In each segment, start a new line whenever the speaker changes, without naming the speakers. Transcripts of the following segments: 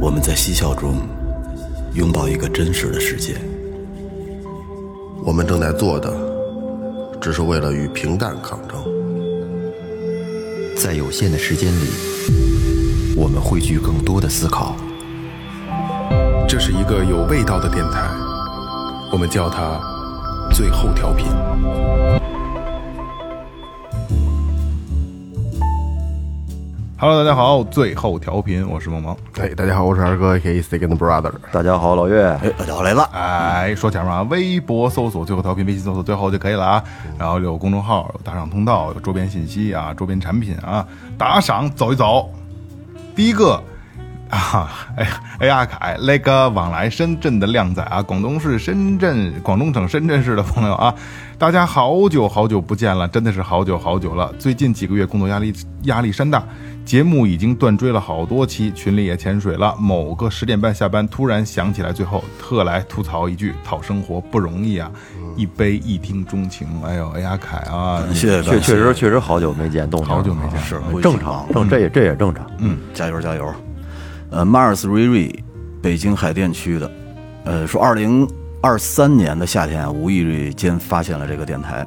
我们在嬉笑中拥抱一个真实的世界。
我们正在做的，只是为了与平淡抗争。
在有限的时间里，我们汇聚更多的思考。
这是一个有味道的电台，我们叫它“最后调频
哈喽，大家好，最后调频，我是萌萌。
哎，大家好，我是二哥，K Second Brother。
大家好，老岳，
哎，大家好来了，
哎，说前面啊，微博搜索最后调频，微信搜索最后就可以了啊。然后有公众号，有打赏通道，有周边信息啊，周边产品啊，打赏走一走。第一个 啊，哎哎阿凯，那个往来深圳的靓仔啊，广东市深圳，广东省深圳市的朋友啊，大家好久好久不见了，真的是好久好久了。最近几个月工作压力压力山大，节目已经断追了好多期，群里也潜水了。某个十点半下班，突然想起来，最后特来吐槽一句：讨生活不容易啊！一杯一听钟情，哎呦，哎阿凯啊，
感嗯谢
确
感嗯
确
谢，
实确实好久没见，动静
好久没见
啊
是
正常，正这也这也正常。嗯，
加油加油。呃，Mars 瑞瑞，北京海淀区的，呃，说二零二三年的夏天啊，无意间发现了这个电台，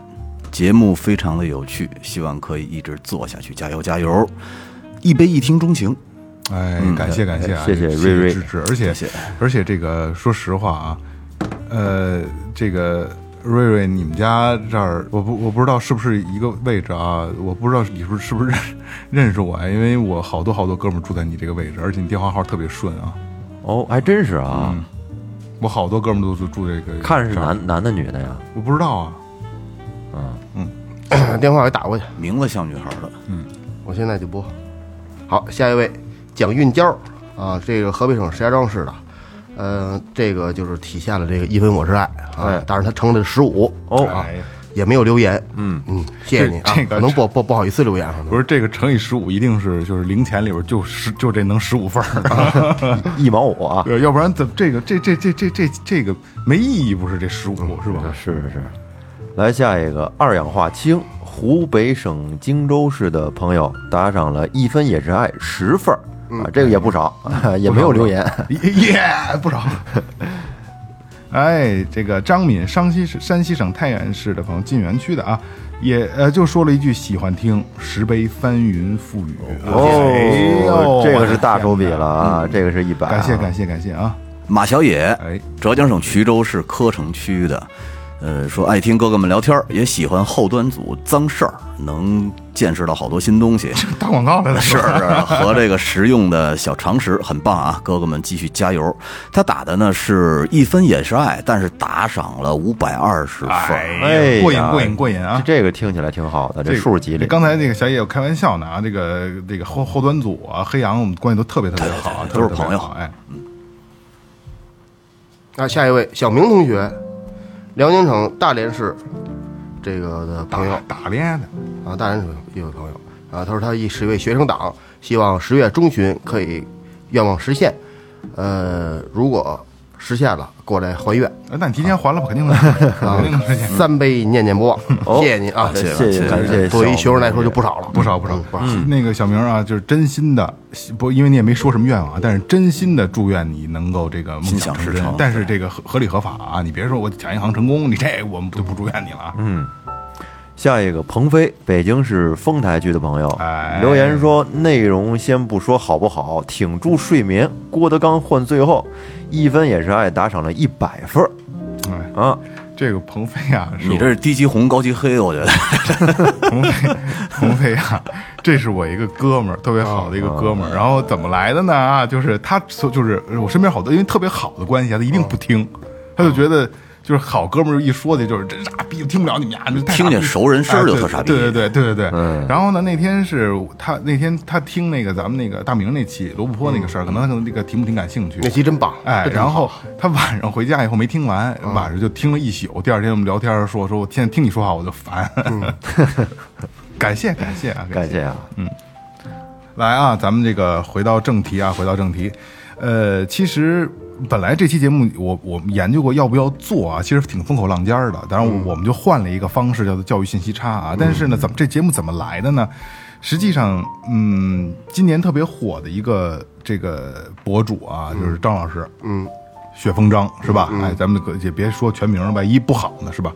节目非常的有趣，希望可以一直做下去，加油加油！一杯一听钟情，
哎，感谢感谢啊，
嗯呃谢谢
这
瑞瑞
支持，而且
谢谢
而且这个说实话啊，呃，这个瑞瑞，你们家这儿我不我不知道是不是一个位置啊，我不知道你是不是是不是认 认识我啊，因为我好多好多哥们儿住在你这个位置，而且你电话号特别顺啊，
哦，还真是啊，
嗯我好多哥们儿都是住这个，
看是
这儿，
男男的女的呀？
我不知道啊，
电话给打过去，
名字像女孩的，
我现在就播。好，下一位蒋运娇啊，这个河北省石家庄市的，呃，这个就是体现了这个一分我是爱啊
哎，
但是他乘的十五
哦
啊
哎，
也没有留言，嗯嗯，谢谢你啊
这，个
可能不不不好意思留言，啊可能
不是这个乘以十五，一定是就是零钱里边就十就这能十五份儿的，
一毛五啊？
对，要不然怎么这个这这这这这这个没意义不是这十五是吧？
嗯是是是。来下一个二氧化氢，湖北省荆州市的朋友打赏了一分也是爱十份儿
嗯
啊，这个也不少， 也没有留言。
耶，不少。哎，这个张敏，山西省山西省太原市的朋友，晋源区的啊，也呃就说了一句喜欢听石碑翻云覆雨。啊
哦，
哎哎呦嗯
这个是大手笔了啊，这个是一百、啊，
感谢感谢感谢啊！
马小野，
哎，
浙江省衢州市柯城区的，呃，说爱听哥哥们聊天儿，也喜欢后端组脏事儿，能见识到好多新 东西，
打广告来了
是和这个实用的小常识，很棒啊！哥哥们继续加油。他打的呢是一分也是爱，但是打赏了五百二十分儿，
哎呀
过瘾过瘾过瘾啊！
这个听起来挺好的，这
个
数吉利。
刚才那个小野我开玩笑呢啊，这个这个后后端组啊，黑羊我们关系都特别特别好啊，
对对对
特别特别
都是朋友
好哎，
那下一位小明同学，辽宁省大连市这个的朋友
打脸的，
啊，大连市一位朋友啊，他说他一是一位学生党，希望十月中旬可以愿望实现，呃，如果实现了，过来还愿
哎那你提前还了吧，肯 定的，肯定的，
三杯念念不忘，
哦
谢谢您啊，
谢
谢
谢
感
这
谢
作为学生来说就
不
不少了，
不少不少
嗯不少。
那个小明啊，就是真心的，不，因为你也没说什么愿望啊，但是真心的祝愿你能够这个梦
心想
想成
事
真
成。
但是这个合合理合法啊，你别说我抢银行成功，你这我们就不祝愿你了啊。
下一个鹏飞，北京市丰台区的朋友、
哎
留言说，内容先不说好不好，挺住睡眠。郭德纲换最后一分也是爱，打赏了一百份儿
哎，
啊，
这个鹏飞啊，是
你
我
这是低级红高级黑，我觉得
鹏飞， 鹏飞啊，这是我一个哥们儿，特别好的一个哥
哦
们儿。然后怎么来的呢？啊，就是他，就是我身边好多，因为特别好的关系啊，他一定不听，他就觉得。就是好哥们儿一说的，就是这傻逼，听不了你们俩，这太傻
听
逼
见熟人声儿就
哎对
特傻逼
对对对对对
嗯
对。然后呢，那天是他那天他听那个咱们那个大明那期罗布泊那个
嗯
事儿，可能他可能这个题目挺感兴趣
那。期真棒，
哎，
真
然后他晚上回家以后没听完，晚上就听了一宿。第二天我们聊天说说，我现在听你说话我就烦。 感谢感谢啊，
感谢啊，
来啊，咱们这个回到正题啊，回到正题。呃，其实本来这期节目我我们研究过要不要做啊，其实挺风口浪尖儿的。当然，我们就换了一个方式，叫做教育信息差啊。但是呢，怎么这节目怎么来的呢？实际上，嗯，今年特别火的一个这个博主啊，就是张老师，嗯，雪峰张是吧？哎，咱们可也别说全名了，万一不好呢是吧？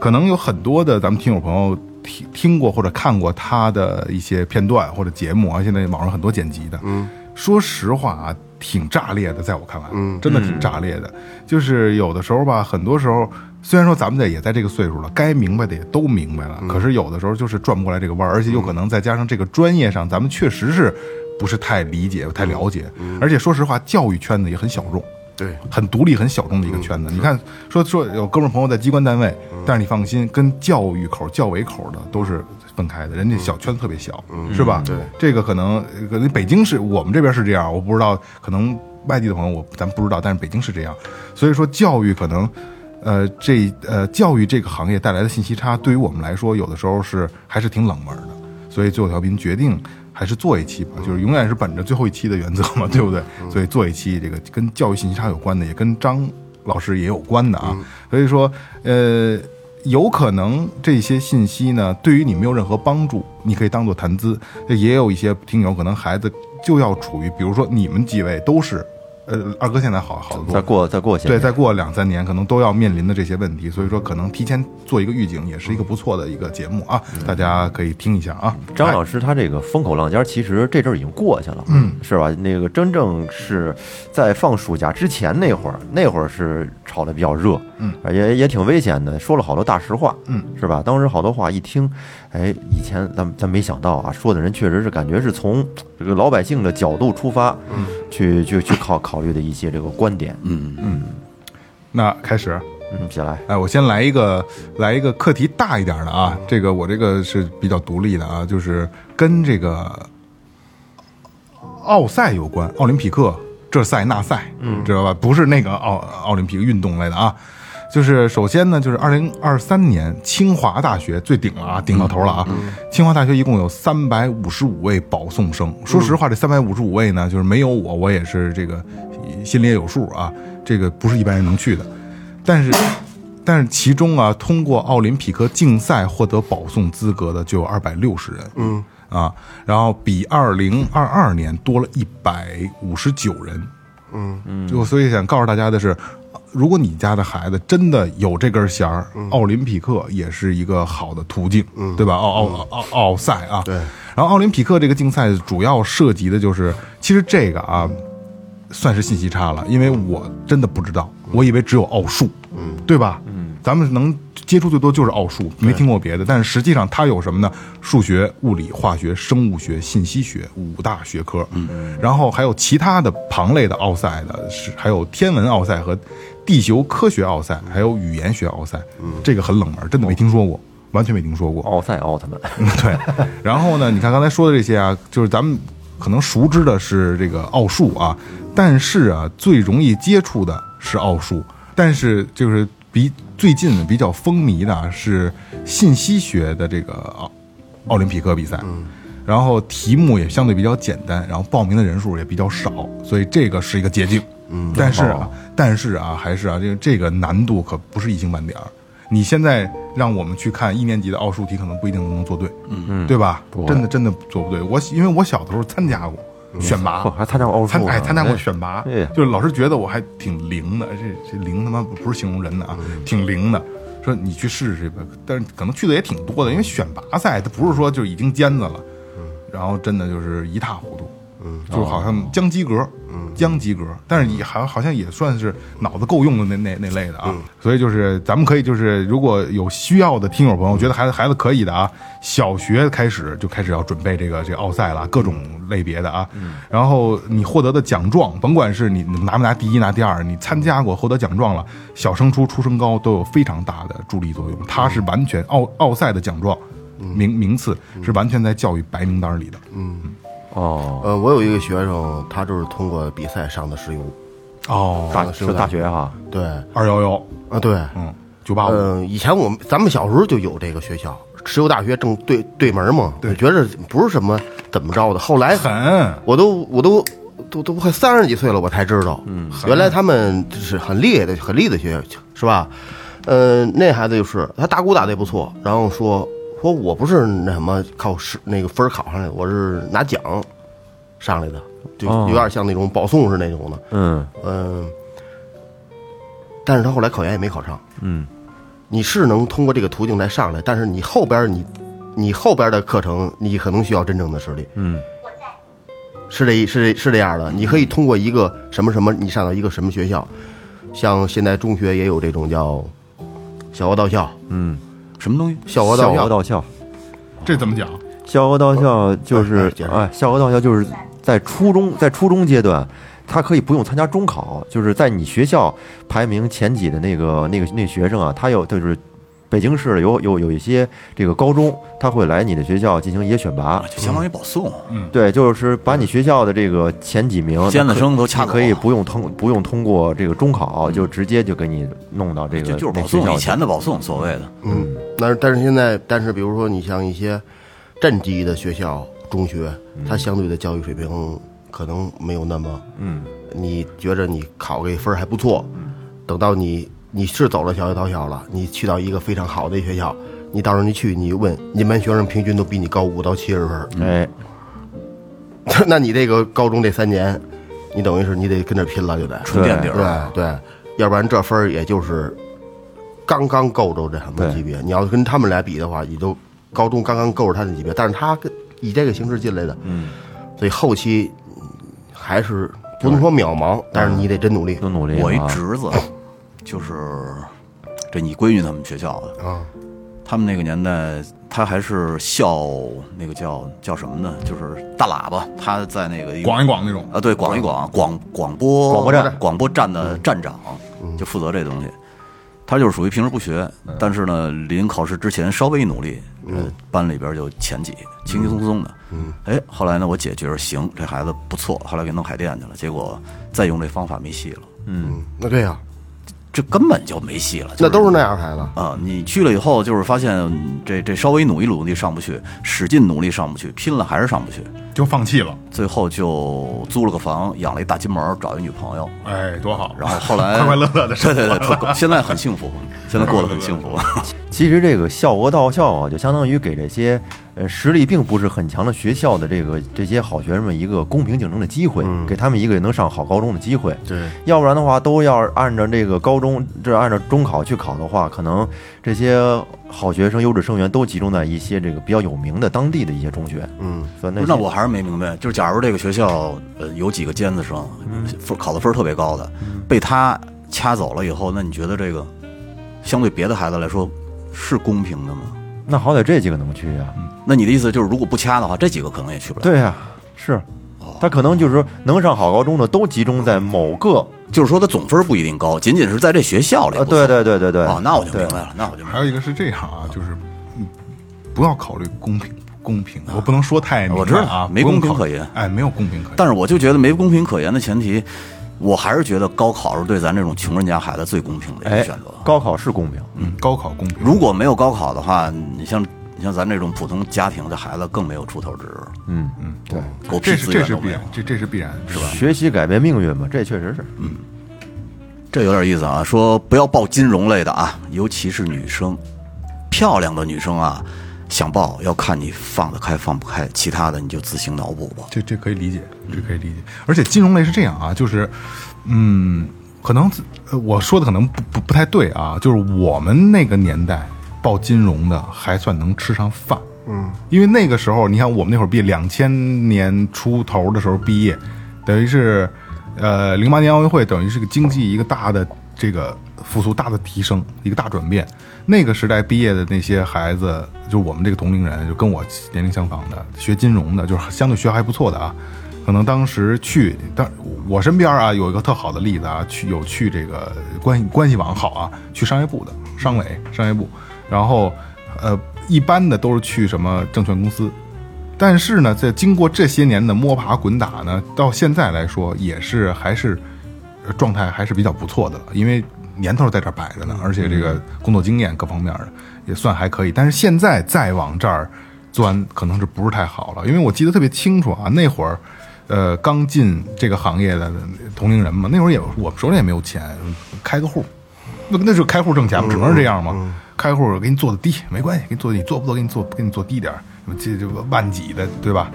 可能有很多的咱们听友朋友听听过或者看过他的一些片段或者节目啊，现在网上很多剪辑的，嗯，说实话啊，挺炸裂的，在我看来，嗯，真的挺炸裂的。就是有的时候吧，很多时候虽然说咱们在也在这个岁数了，该明白的也都明白了，可是有的时候就是转不过来这个弯儿，而且有可能再加上这个专业上，咱们确实是不是太理解、太了解，而且说实话，教育圈子也很小众。
对，
很独立、很小众的一个圈子。你看，说说有哥们儿朋友在机关单位，但是你放心，跟教育口、教委口的都是分开的，人家小圈子特别小，是吧？对，这个可能可能北京是我们这边是这样，我不知道，可能外地的朋友我咱不知道，但是北京是这样，所以说教育可能。呃，这呃，教育这个行业带来的信息差，对于我们来说，有的时候是还是挺冷门的。所以最后调频决定还是做一期吧，就是永远是本着最后一期的原则嘛，对不对？所以做一期这个跟教育信息差有关的，也跟张老师也有关的啊。所以说，呃，有可能这些信息呢，对于你没有任何帮助，你可以当做谈资。也有一些听友可能孩子就要处于，比如说你们几位都是，呃，二哥现在好好得多，
再过再过些
对，
年
再过两三年可能都要面临的这些问题，所以说可能提前做一个预警，也是一个不错的一个节目啊，大家可以听一下啊。
嗯张老师他这个风口浪尖儿，其实这阵儿已经过去了，嗯，是吧？那个真正是在放暑假之前那会儿，那会儿是炒的比较热，嗯，也也挺危险的，说了好多大实话，嗯，是吧？当时好多话一听，哎，以前咱咱没想到啊，说的人确实是感觉是从这个老百姓的角度出发，嗯，去去去考考虑的一些这个观点，嗯
哎那开始，
嗯，起来，
哎，我先来一个，来一个课题大一点的啊。这个我这个是比较独立的啊，就是跟这个奥赛有关，奥林匹克这赛那赛，嗯，知道吧？不是那个奥奥林匹克运动类的啊。就是首先呢，就是二零二三年清华大学最顶了啊，顶到头了啊！清华大学一共有三百五十五位保送生。说实话，这三百五十五位呢，就是没有我，我也是这个心里也有数啊。这个不是一般人能去的。但是，但是其中啊，通过奥林匹克竞赛获得保送资格的就有二百六十人，嗯啊，然后比二零二二年多了一百五十九人，嗯嗯，就所以想告诉大家的是。如果你家的孩子真的有这根弦儿，奥林匹克也是一个好的途径，对吧？奥奥奥奥赛啊，嗯对。然后奥林匹克这个竞赛主要涉及的就是，其实这个啊，算是信息差了，因为我真的不知道，我以为只有奥数，嗯，对吧？嗯，咱们能接触最多就是奥数，没听过别的。但是实际上它有什么呢？数学、物理、化学、生物学、信息学五大学科，嗯，然后还有其他的旁类的奥赛的，是还有天文奥赛和地球科学奥赛，还有语言学奥赛，嗯，这个很冷门，真的没听说过，完全没听说过。
奥赛奥特曼，
对，然后呢，你看刚才说的这些啊，就是咱们可能熟知的是这个奥数啊，但是啊，最容易接触的是奥数，但是就是比最近比较风靡的啊是信息学的这个奥奥林匹克比赛。然后题目也相对比较简单，然后报名的人数也比较少，所以这个是一个捷径。嗯，但是啊，但是啊，还是啊，这个这个难度可不是一星半点儿。你现在让我们去看一年级的奥数题，可能不一定能做对，嗯，对吧？真的真的做不对。我因为我小的时候参加过选 拔
嚯，还参加过奥数
参
呢，
哎参加过选拔
哎，
就是老师觉得我还挺灵的，这这灵他妈不是形容人的啊，
嗯
挺灵的。说你去试试吧，但是可能去的也挺多的，因为选拔赛它不是说就已经尖子了，
嗯
然后真的就是一塌糊涂，嗯，就好像将及格，嗯，将及格，但是也好好像也算是脑子够用的那那那类的啊，所以就是咱们可以就是如果有需要的听友朋友觉得孩子孩子可以的啊，小学开始就开始要准备这个这个奥赛了，各种类别的啊，然后你获得的奖状，甭管是你你拿不拿第一拿第二，你参加过获得奖状了，小升初、初升高都有非常大的助力作用，它是完全奥奥赛的奖状。名名次是完全在教育白名单里的，
哦，
呃，我有一个学生，他就是通过比赛上的石油，
哦
大
的是
是
吧
大学哈，
对，
二幺幺，
啊对，
嗯，九八五，
嗯，以前我们咱们小时候就有这个学校，石油大学正对对门嘛，
对
我觉着不是什么怎么着的。后来
狠，
我都我都都都快三十几岁了，我才知道，嗯，原来他们是很厉害的，很厉害的学校，是吧？呃，那孩子就是他打鼓打的也不错，然后说说我不是那什么靠是那个分儿考上来的，我是拿奖上来的，就
哦
有点像那种保送是那种的，
嗯
嗯，但是他后来考研也没考上。
嗯，
你是能通过这个途径来上来，但是你后边儿你你后边儿的课程，你可能需要真正的实力。
嗯，
是这是这是这样的，你可以通过一个什么什么，你上到一个什么学校，像现在中学也有这种叫小额到校，
嗯，
什么东西？
小额到
校
校
额到校，
这怎么讲？
校额到
哦
校就是
哎解释
哎，校额到校就是在初中在初中阶段。他可以不用参加中考，就是在你学校排名前几的那个那个那学生啊，他有就是北京市有有有一些这个高中，他会来你的学校进行一些选拔
啊，就相当于保送。
对，就是把你学校的这个前几名
尖子生都
他
掐
可以
走了嗯
不用通不用通过这个中考，就直接就给你弄到这个
就就是
那
保
学
送，
校
以
去。
前的保送，所谓的
嗯，但是但是现在，但是比如说你像一些镇级的学校、中学，它相对的教育水平可能没有那么，
嗯，
你觉着你考个分儿还不错，等到你你是走了小学到校了，你去到一个非常好的学校，你到时候你去，你问你们班学生平均都比你高五到七十分儿，
嗯
哎，
那你这个高中这三年，你等于是你得跟这拼了，就得
纯垫底儿。
对对，要不然这分儿也就是刚刚够着这什么
对
级别。你要跟他们来比的话，也都高中刚刚够着他的级别，但是他跟以这个形式进来的，嗯，所以后期嗯还是不能说渺茫，但是你得真努力
多努力啊！
我一侄子就是这你闺女他们学校的，
啊。
他们那个年代，他还是校那个叫叫什么呢？就是大喇叭，他在那个一个
广一广那种，
啊，对，广一广广广播
广播站
广播站的站长就负责这东西。他就是属于平时不学，但是呢，临考试之前稍微一努力，呃，班里边就前几，轻轻松松的。嗯，哎，后来呢，我姐觉着行，这孩子不错，后来给弄海淀去了。结果再用这方法没戏了，
嗯，那对呀、
这根本就没戏了。就
那都是那样孩子。
啊，你去了以后就是发现嗯这这稍微努一努力上不去，使劲努力上不去，拼了还是上不去，
就放弃了。
最后就租了个房，养了一大金毛，找一女朋友，
哎，多好！
然后后来
快快乐乐的生
对
活
对对，特 现在很幸福，现在过 得很幸福。
其实这个校额到校啊，就相当于给这些呃实力并不是很强的学校的这个这些好学生们一个公平竞争的机会，
嗯
给他们一个能上好高中的机会。
对，
要不然的话，都要按照这个高中，这按照中考去考的话，可能这些好学生、优质生源都集中在一些这个比较有名的当地的一些中学。
嗯，
所以
不
那
是
些
那我还是没明白，就是假如这个学校呃有几个尖子生，分考的分儿特别高的，被他掐走了以后，那你觉得这个相对别的孩子来说是公平的吗？
那好歹这几个能去呀、
那你的意思就是，如果不掐的话，这几个可能也去不了。
对呀、啊是，他可能就是说能上好高中的都集中在某个，
就是说他总分不一定高，仅仅是在这学校里
呃，
不
对
错。
对对对对，
哦，那我就明白
对。
了，那我就明白
还有一个是这样啊，就是嗯不要考虑公平不公平，啊我不能说太明白
我知道
啊，
没
不用
公平
考
可言
哎，没有公平可言。
但是我就觉得没公平可言的前提，我还是觉得高考是对咱这种穷人家孩子最公平的一个
哎
选择。，
高考是公平，
嗯，高考公平，
如果没有高考的话，你像你像咱这种普通家庭的孩子更没有出头之日，
嗯，
狗屁
这是
资
这
源
是
都
必
没有
然。，这这是必然，是吧？
学习改变命运嘛，这确实是，
这有点意思啊，说不要报金融类的啊，尤其是女生，漂亮的女生啊，想报要看你放得开放不开，其他的你就自行脑补吧。
这这可以理解，这可以理解。而且金融类是这样啊，就是，嗯，可能呃我说的可能不不不太对啊，就是我们那个年代报金融的还算能吃上饭，嗯，因为那个时候你看我们那会儿毕业，两千年出头的时候毕业，等于是，呃，零八年奥运会等于是个经济一个大的这个复苏、大的提升、一个大转变。那个时代毕业的那些孩子，就我们这个同龄人，就跟我年龄相仿的，学金融的，就是相对学还不错的啊。可能当时去，当我身边啊有一个特好的例子啊，去有去这个关系关系网好啊，去商业部的商委商业部，然后呃一般的都是去什么证券公司，但是呢，在经过这些年的摸爬滚打呢，到现在来说也是还是呃状态还是比较不错的了，因为年头在这儿摆着呢，而且这个工作经验各方面的也算还可以。但是现在再往这儿钻，可能是不是太好了？因为我记得特别清楚啊，那会儿。呃，刚进这个行业的同龄人嘛，那会儿也我手里也没有钱，开个户，那那就是开户挣钱嘛，只能是这样嘛。开户给你做的低没关系，给你做你做不做给你做给你做低点儿，什么这这万几的对吧？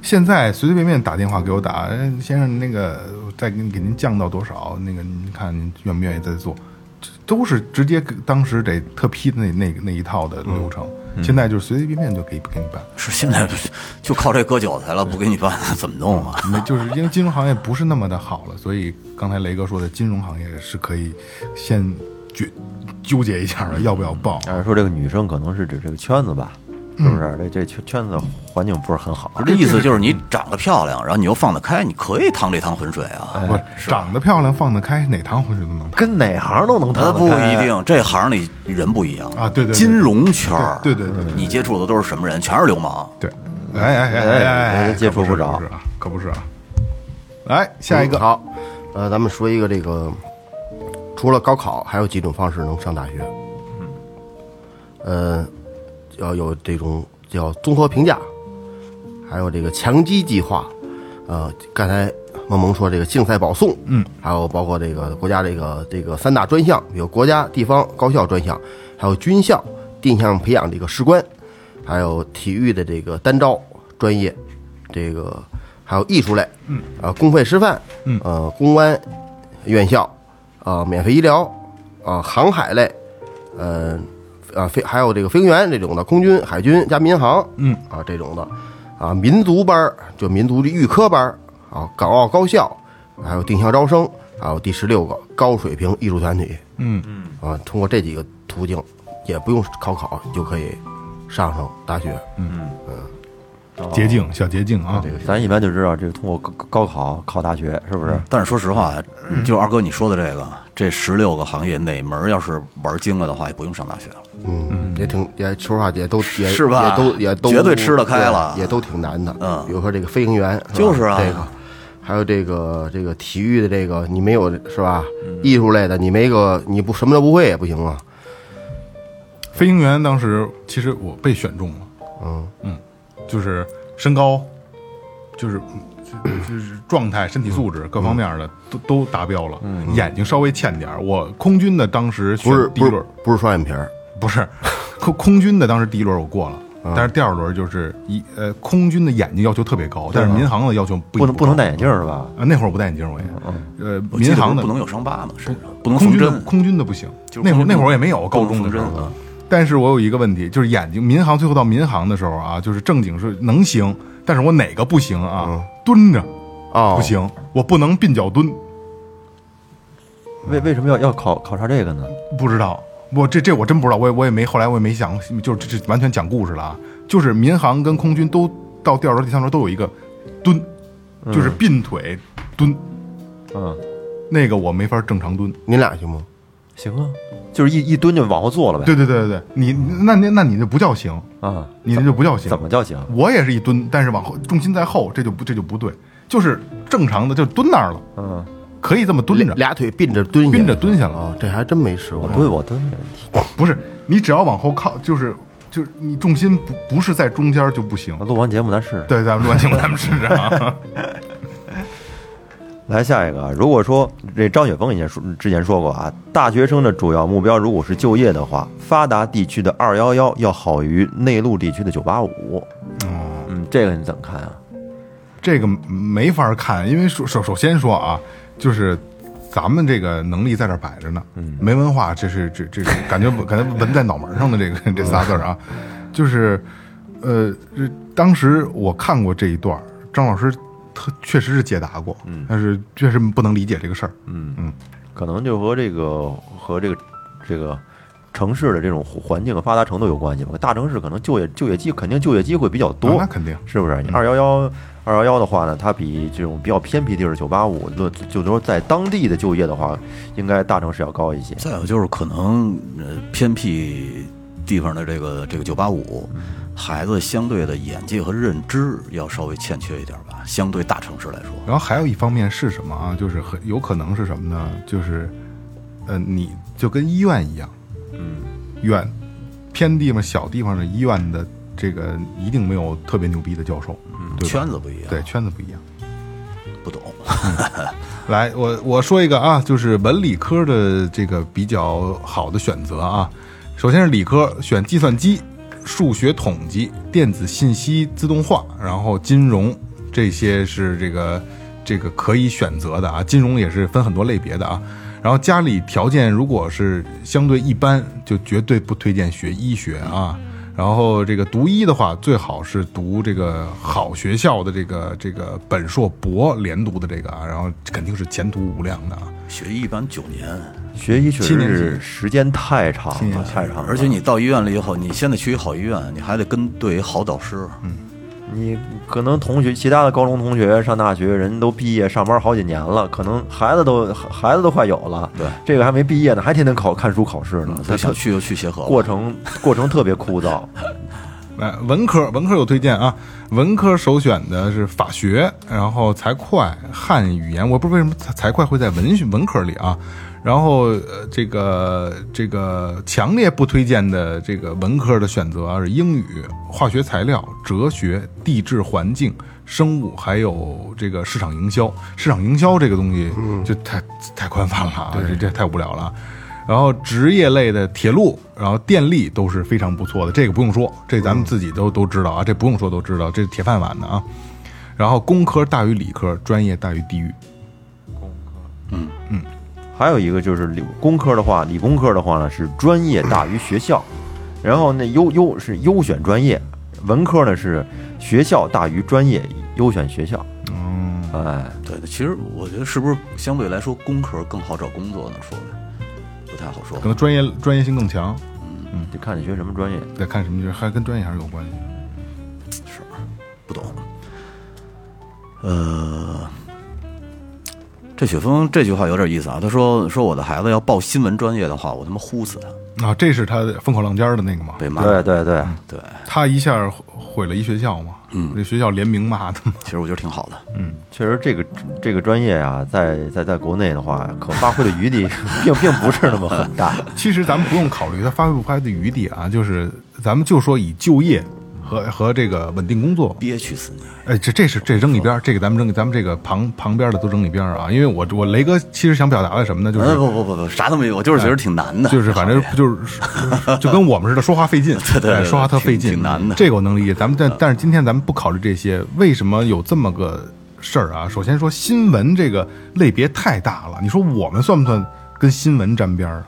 现在随随便便打电话给我打，哎先生，那个再给您给您降到多少？那个您看您愿不愿意再做？这都是直接给当时得特批的那那那一套的流程，现在就是随随便便就给给你办。
是现在 就靠这割韭菜了，不给你办 怎么弄啊？
没，就是因为金融行业不是那么的好了，所以刚才雷哥说的，金融行业是可以先决纠结一下的，要不要报？
但是说这个女生可能是指这个圈子吧，是不是？这这圈圈子环境不是很好。
这意思就是你长得漂亮，然后你又放得开，你可以趟这趟浑水啊。
不是，长得漂亮放得开，哪趟浑水都能趟
跟哪行都能
那
谈，
不一。定，这行里人不一样
啊对对对
金融圈儿
对对对对对
你接触的都是什么人？全是流氓。
对，哎哎哎哎哎哎，
接触
可不
不
是可不
着
是啊，可不是啊。来下一个，
好，呃，咱们说一个这个，除了高考，还有几种方式能上大学。嗯，呃，要有这种叫综合评价，还有这个强基计划，呃，刚才梦萌说这个竞赛保送，嗯，还有包括这个国家这个这个三大专项，有国家、地方、高校专项，还有军校定向培养这个士官，还有体育的这个单招专业，这个还有艺术类，嗯，啊，公费师范，嗯，呃，公安院校，啊、免费医疗，啊、航海类，呃，啊，飞还有这个飞行员这种的，空军、海军加民航，嗯，啊这种的，啊，民族班儿就民族的预科班儿啊，港澳高校，还有定向招生，还有第十六个高水平艺术团体，
嗯
嗯，啊，通过这几个途径，也不用考考就可以上上大学，
捷径小捷径啊，
咱一般就知道这个通过高高考考大学，是不是？
但是说实话，
嗯
就二哥你说的这个，这十六个行业哪门儿要是玩精了的话，也不用上大学了。
嗯，也挺也说实话也都也
是吧
也都也都
绝对吃得开了
对也都挺难的。
嗯
比如说这个飞行员，吧
就是啊
这个，还有这个这个体育的这个，你没有是吧？
嗯
艺术类的你没个你不什么都不会也不行啊。
飞行员当时其实我被选中了，
嗯
嗯，就是身高，就是就就是状态、身体素质各方面的都都达标了，眼睛稍微欠点儿。我空军的当时选
不是
第一
不
轮
是不是双眼皮儿，
不是 空空军的当时第一轮我过了。
嗯
但是第二轮就是一呃，空军的眼睛要求特别高，
啊
但是民航的要求不
不能不能
戴
戴眼镜是吧？
啊，那会儿我不戴眼镜我也，呃，
嗯我记得
民航的
不能有伤疤嘛，身上不能
空
缝
军的
针。
空军的不行，
就是
那会
空军
儿那会儿我也没有高中的
缝
时
针
候，
啊，
但是我有一个问题，就是眼睛民航最后到民航的时候啊，就是正经是能行，但是我哪个不行啊？
嗯
蹲着
哦，
不，行，我不能鬓角蹲，
为为什么要要考考察这个呢？
不知道，我这这我真不知道，我也我也没后来我也没想，就是这这完全讲故事了啊，就是民航跟空军都到第二轮、第三轮都有一个蹲，就是并腿蹲，
嗯，
那个我没法正常蹲。
您俩行吗？
行啊，就是一一蹲就往后坐了呗。
对对对对对，你那那那你就不叫行，
啊，
你那就不叫行
怎。么叫行？
我也是一蹲，但是往后重心在后，这就不这就不对，就是正常的就蹲那儿了，
嗯，
可以这么蹲
俩
着，
俩腿并着蹲下，
并着蹲下了。
啊，这还真没试过
我。蹲我蹲没问题。
不是，你只要往后靠，就是就是你重心不不是在中间就不行
那。录完节目咱试试。
对，咱们乱听，咱们试试啊。
来下一个啊，如果说这张雪峰以前说之前说过啊，大学生的主要目标如果是就业的话，发达地区的二幺幺要好于内陆地区的九八五。
哦，
嗯，这个你怎么看啊？
这个没法看，因为首首首先说啊，就是。咱们这个能力在这儿摆着呢，没文化，这是这这是感觉感觉纹在脑门上的这个这仨字儿啊，就是，呃，这当时我看过这一段儿，张老师特确实是解答过，但是确实不能理解这个事儿，
可能就和这个和这个这个城市的这种环境和发达程度有关系吧。大城市可能就业就业机肯定就业机会比较
啊
多
那，肯定，
是不是？你二幺幺二幺幺的话呢，它比这种比较偏僻地儿九八五，就就说在当地的就业的话，应该大城市要高一些。
再有就是可能呃偏僻地方的这个这个九八五，孩子相对的眼界和认知要稍微欠缺一点吧，相对大城市来说。
然后还有一方面是什么啊？就是很有可能是什么呢？就是，呃，你就跟医院一样，嗯，远偏地方、小地方的医院的这个一定没有特别牛逼的教授，嗯，对吧
圈子不一样，
对，圈子不一样。
不懂。
来，我我说一个啊，就是文理科的这个比较好的选择啊。首先是理科，选计算机、数学统计、电子信息自动化，然后金融、这些是这个这个可以选择的啊。金融也是分很多类别的啊。然后家里条件如果是相对一般，就绝对不推荐学医学啊。然后这个读医的话，最好是读这个好学校的这个这个本硕博连读的这个啊，然后肯定是前途无量的啊。
学医一般九年，
学医确
七
实
年级
是时间太长了，太长了。
而且你到医院了以后，你先得去一好医院，你还得跟对好导师。
嗯
你可能同学，其他的高中同学上大学，人都毕业上班好几年了，可能孩子都孩子都快有了，
对，嗯
这个还没毕业呢，还天天考看书考试呢，
所
他
以想
特
去就去协和吧。
过程过程特别枯燥。
来，文科文科有推荐啊，文科首选的是法学，然后财会、汉语言，我不知道为什么财财会会在文学文科里啊。然后呃，这个这个强烈不推荐的这个文科的选择啊是英语、化学材料、哲学、地质环境、生物，还有这个市场营销。市场营销这个东西就太、太宽泛了啊，这这太无聊了啊。然后职业类的铁路，然后电力都是非常不错的，这个不用说，这咱们自己都都知道啊，这不用说都知道，这是铁饭碗的啊。然后工科大于理科，专业大于地域，
还有一个就是理工科的话，理工科的话呢是专业大于学校，然后那优优是优选专业，文科呢是学校大于专业，优选学校。
嗯，
哎，
对，其实我觉得是不是相对来说工科更好找工作呢？说的不太好说
可。能专业专业性更强，
得看你学什么专业。
得看什么就是还跟专业还是有关系。
不懂。呃，这雪峰这句话有点意思啊。他说：“说我的孩子要报新闻专业的话，我他妈呼死他，
啊，这是他风口浪尖儿的那个嘛，
被骂。
对对对，
对
他一下毁了一学校嘛，嗯，那学校联名骂他嘛，
其实我觉得挺好的。
确实这个这个专业啊，在在在国内的话，可发挥的余地 并并不是那么 很大。
其实咱们不用考虑他发挥不发挥的余地啊，就是咱们就说以就业和和这个稳定工作
憋屈死你！
哎，这这是这扔一边儿，这个咱们扔，咱们这个旁旁边的都扔一边儿啊，因为我我雷哥其实想表达的什么呢？就
哎，
是
不不不不，啥都没有，我就是觉得挺难的。
哎就是反正就是就跟我们似的，说话费劲，
对对
哎说话特费
挺
劲，
挺难的嗯
这个我能理解。咱们但但是今天咱们不考虑这些，为什么有这么个事儿啊？首先说新闻这个类别太大了，你说我们算不算跟新闻沾边儿啊？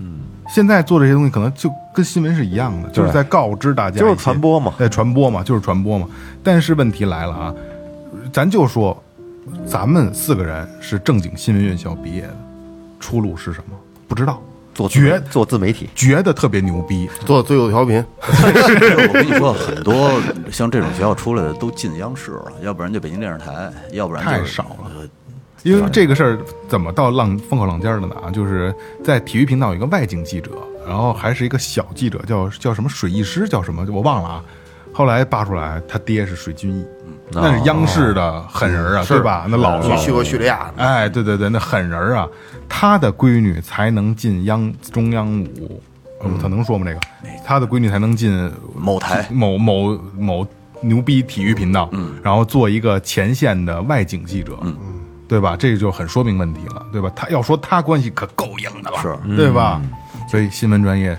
嗯，现在做这些东西可能就跟新闻是一样的，就是在告知大家一些，
就是传播嘛
对，传播嘛，就是传播嘛。但是问题来了啊，咱就说，咱们四个人是正经新闻院校毕业的，出路是什么？不知道，
做自
觉
做自媒体，
觉得特别牛逼，
做最后调频，
我跟你说，很多像这种学校出来的都进央视了，要不然就北京电视台，要不然就是
太少了
呃
因为这个事儿怎么到浪风口浪尖儿的呢？啊，就是在体育频道有一个外景记者，然后还是一个小记者，叫叫什么水艺师，叫什么我忘了啊。后来扒出来，他爹是水军艺，那是央视的狠人啊，对吧？那老
去
老
去过叙利亚，
哎，对对对，那狠人儿啊，他的闺女才能进央中央五，嗯，他能说吗？这个，他的闺女才能进
某台
某某某牛逼体育频道，嗯，然后做一个前线的外景记者，嗯，对吧？这就很说明问题了，对吧？他要说他关系可够硬的了，
是
嗯
对吧？所以新闻专业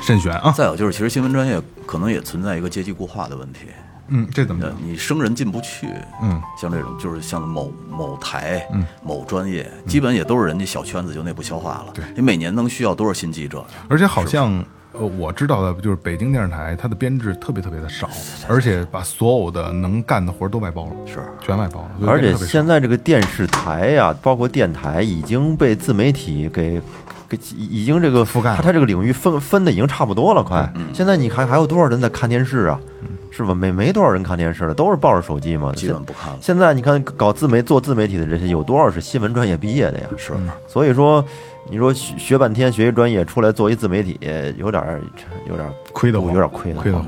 慎选啊，
再有就是，其实新闻专业可能也存在一个阶级固化的问题。
嗯，这怎么
对
讲？
你生人进不去，
嗯，
像这种就是像某某台、嗯、某专业，基本也都是人家小圈子就内部消化了。
对
你每年能需要多少新记者呀？
而且好像呃，我知道的就是北京电视台它的编制特别特别的少，而且把所有的能干的活儿都外包了，
是
全外包了，所以
而且
特别少
现在这个电视台呀、包括电台，已经被自媒体给给已已经这个
覆盖了嗯
它它这个领域分分的已经差不多了，快。现在你还还有多少人在看电视啊？是吧？没没多少人看电视了，都是抱着手机嘛。
基本不看了
现在你看搞自媒做自媒体的这些，有多少是新闻专业毕业的呀？是，所以说。你说学学半天，学一专业出来做一自媒体，有点儿有点儿
亏得慌
有点儿亏的
亏得慌。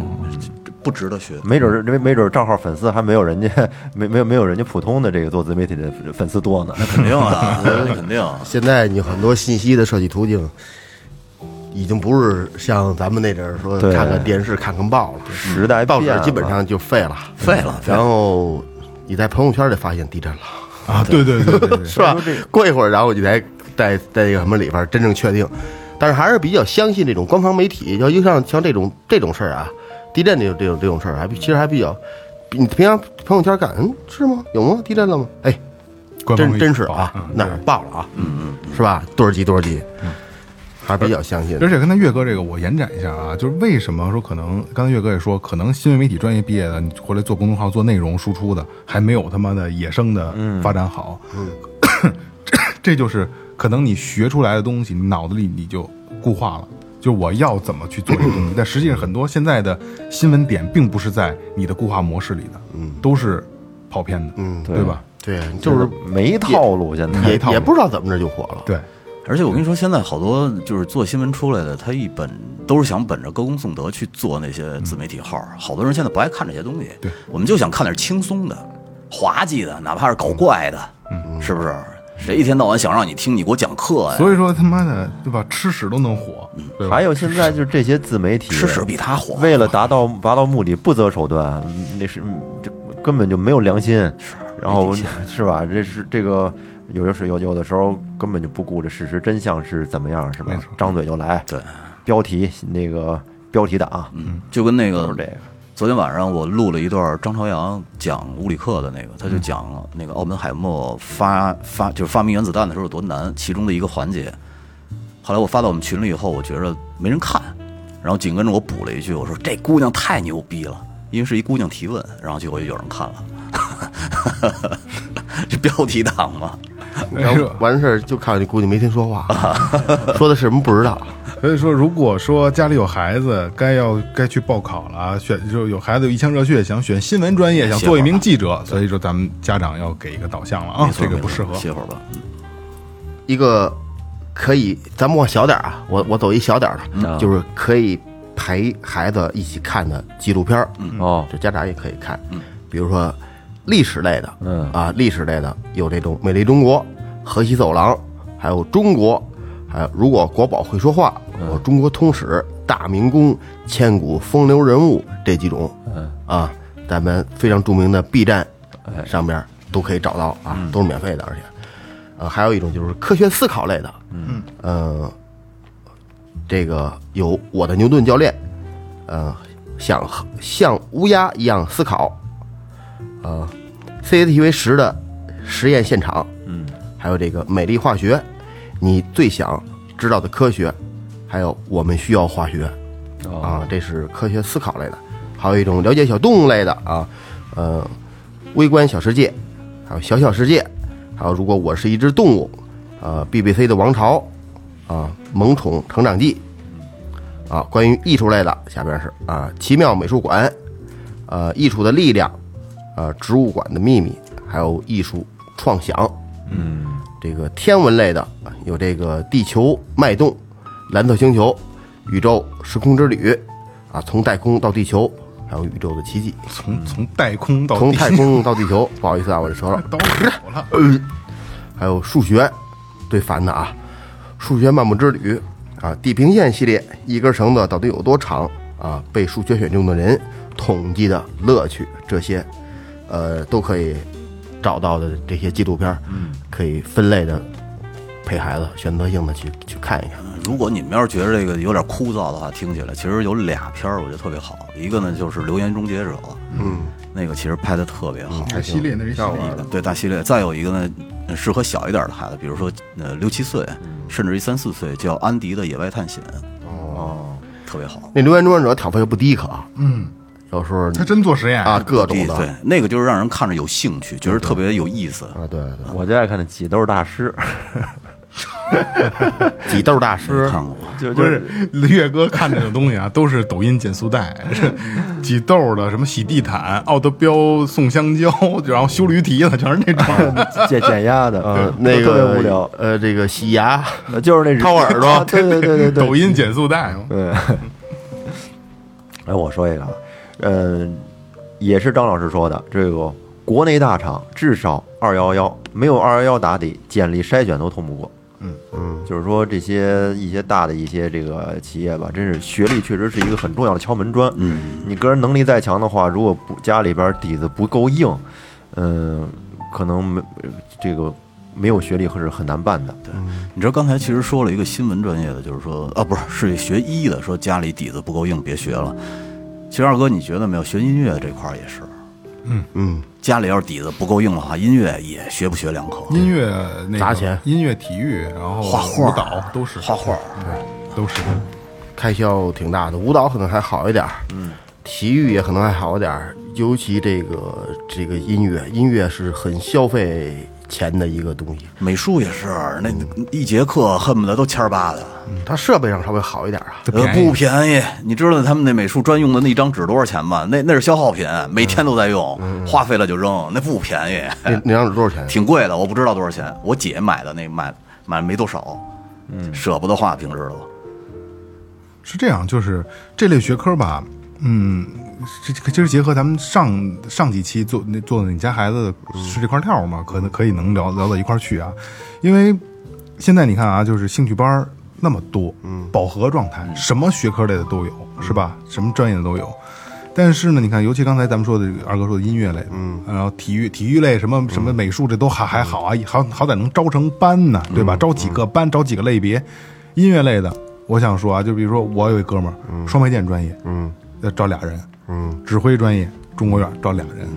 不值得学。
没准儿，没没准儿账号粉丝还没有人家 没没有没有人家普通的这个做自媒体的粉丝多
嗯
呢。
肯定啊，那肯定。
现在你很多信息的设计途径，已经不是像咱们那阵儿说
对
看看电视、看看报了，
时代
报
变
纸
了
基本上就废了。
废了，
然后你在朋友圈里发现地震了，
啊，对对 对对对
是吧？过一会儿，然后你才在在那个什么里边儿真正确定。但是还是比较相信这种官方媒体，要就像像这种这种事儿啊，地震这种这种这种事儿，还比其实还比较你平常朋友圈看，嗯，是吗？有吗？地震了吗？哎，
官方
真
微
真是
报
啊，哪儿爆了啊？嗯嗯，呃是吧？多少级多少级，还是比较相信的
而。且刚才岳哥这个，我延展一下啊，就是为什么说可能刚才岳哥也说，可能新闻媒体专业毕业的，你回来做公众号做内容输出的，还没有他妈的野生的发展好。嗯，这就是可能你学出来的东西，你脑子里你就固化了。就我要怎么去做这个东西，但实际上很多现在的新闻点并不是在你的固化模式里的，嗯，都是跑偏的，嗯，对吧？
对，啊就是
没套路，现在
也
套路
也不知道怎么着就火了。
对，
而且我跟你说，现在好多就是做新闻出来的，他一本都是想本着歌功颂德去做那些自媒体号。好多人现在不爱看这些东西，
对，
我们就想看点轻松的、滑稽的，哪怕是搞怪的，嗯，是不是？谁一天到晚想让你听你给我讲课呀？
所以说他妈的，对吧？吃屎都能火，对吧？
还有现在就是这些自媒体
吃屎比他火。
为了达到达到目的不择手段，嗯那是嗯这根本就没有良心，然后是吧？这是这个有的是有有的时候根本就不顾着事实真相是怎么样，是吧
没错？
张嘴就来，
对，
标题那个标题党
嗯就跟那
都
个
是这个，
昨天晚上我录了一段张朝阳讲物理课的那个，他就讲了那个奥本海默发发就是发明原子弹的时候有多难，其中的一个环节。后来我发到我们群里以后，我觉着没人看，然后紧跟着我补了一句，我说这姑娘太牛逼了，因为是一姑娘提问，然后结果就有人看了， 这标题党嘛，
然后完事儿就看你估计没听说 话，说的是什么不知道。
所以说，如果说家里有孩子，该要该去报考了啊，选就有孩子有一腔热血，想选新闻专业，想做一名记者，所以说咱们家长要给一个导向了啊
没，错
这个
没
不
错
适合。
歇会儿吧，嗯
一个可以，咱们往小点儿啊，我我走一小点儿的，就是可以陪孩子一起看的纪录片儿，
哦，
这家长也可以看，比如说历史类的，嗯啊，历史类的有这种《美丽中国》《河西走廊》，还有《中国》，还有如果国宝会说话，有《中国通史》《大明宫》《千古风流人物》这几种，嗯哎啊，咱们非常著名的 B 站上边都可以找到啊，都是免费的，而且。呃，还有一种就是科学思考类的，嗯，呃，这个有我的牛顿教练，呃，想像乌鸦一样思考，呃，CCTV 十的实验现场，嗯，还有这个美丽化学，你最想知道的科学，还有我们需要化学，啊，这是科学思考类的，还有一种了解小动物类的啊，呃，微观小世界，还有小小世界，还有如果我是一只动物，呃，BBC 的王朝，啊，萌宠成长记，啊，关于艺术类的，下边是啊，奇妙美术馆，呃，艺术的力量，呃，植物馆的秘密，还有艺术创想，嗯，这个天文类的有这个地球脉动、蓝色星球、宇宙时空之旅，啊，从太空到地球，还有宇宙的奇迹，
从从太空到哎
从
地
太空到地球，不好意思啊，我这舌
到
头。
手了，
还有数学，最烦的啊，数学漫步之旅啊，地平线系列，一根绳子到底有多长啊？被数学选中的人统计的乐趣，这些，呃，都可以找到的这些纪录片，嗯，可以分类的陪孩子选择性的去去看一看。
如果你们要是觉得这个有点枯燥的话，听起来其实有俩片儿我觉得特别好，一个呢就是《流言终结者》，嗯，那个其实拍的特别好，
大系列那是系列的，
对大系列。再有一个呢，呃适合小一点的孩子，比如说呃六七岁，甚至于三四岁，叫《安迪的野外探险》，哦，特别好。
那《留言终结者》挑费又不低可啊，嗯，有时候
他真做实验
啊，各种的
对，那个就是让人看着有兴趣，觉得特别有意思。
啊，对对，
我最爱看的几都是大师，
挤豆大师啊
看过，
就
不
就是
岳哥看这种东西啊，都是抖音减速带， 是挤豆的，什么洗地毯、奥德彪送香蕉， 然后修驴蹄子，全是那种。
减减压的，
呃
嗯，
那
特
个
别无聊，
呃，这个洗牙，
呃就是那
掏耳朵
对对对对对，
抖音减速带嘛，
对。哎，我说一个，啊，嗯，也是张老师说的，这个国内大厂至少二幺幺，没有二幺幺打底，简历筛选都通不过。嗯嗯，就是说这些一些大的一些这个企业吧，真是学历确实是一个很重要的敲门砖。嗯，你个人能力再强的话，如果不家里边底子不够硬，嗯，可能没这个没有学历是很难办的。对，
你知道刚才其实说了一个新闻专业的，就是说啊，不是是学医的，说家里底子不够硬，别学了。其实二哥，你觉得没有？学音乐这块儿也是，嗯嗯，家里要是底子不够硬的话，音乐也学不学两口。
音乐那个
砸钱
音乐、体育，然后
画画
舞蹈都是
画画，
对，都是。
开销挺大的。舞蹈可能还好一点，嗯，体育也可能还好一点儿，尤其这个这个音乐，音乐是很消费钱的一个东西。
美术也是，那一节课恨不得都千儿八的，
嗯它设备上稍微好一点啊，
呃，不便宜。你知道他们那美术专用的那一张纸多少钱吗？那那是消耗品，每天都在用，花费了就扔，那不便宜，
那那张纸多少钱？啊
挺贵的，我不知道多少钱。我姐买的那买买了没多少，嗯，舍不得花，平时都。
是这样，就是这类学科吧，嗯，这这其实结合咱们上上几期做那做的你家孩子是这块料嘛，可能可以能聊聊到一块儿去啊，因为现在你看啊，就是兴趣班儿那么多，嗯，饱和状态，什么学科类的都有，是吧？什么专业的都有。但是呢，你看，尤其刚才咱们说的二哥说的音乐类，嗯，然后体育体育类什么什么美术，这都还还好啊，好好歹能招成班呢，对吧？招几个班，招几个类别。音乐类的，我想说啊，就比如说我有一哥们儿，双排键专业，嗯，要招俩人，嗯，指挥专业中国院招俩人，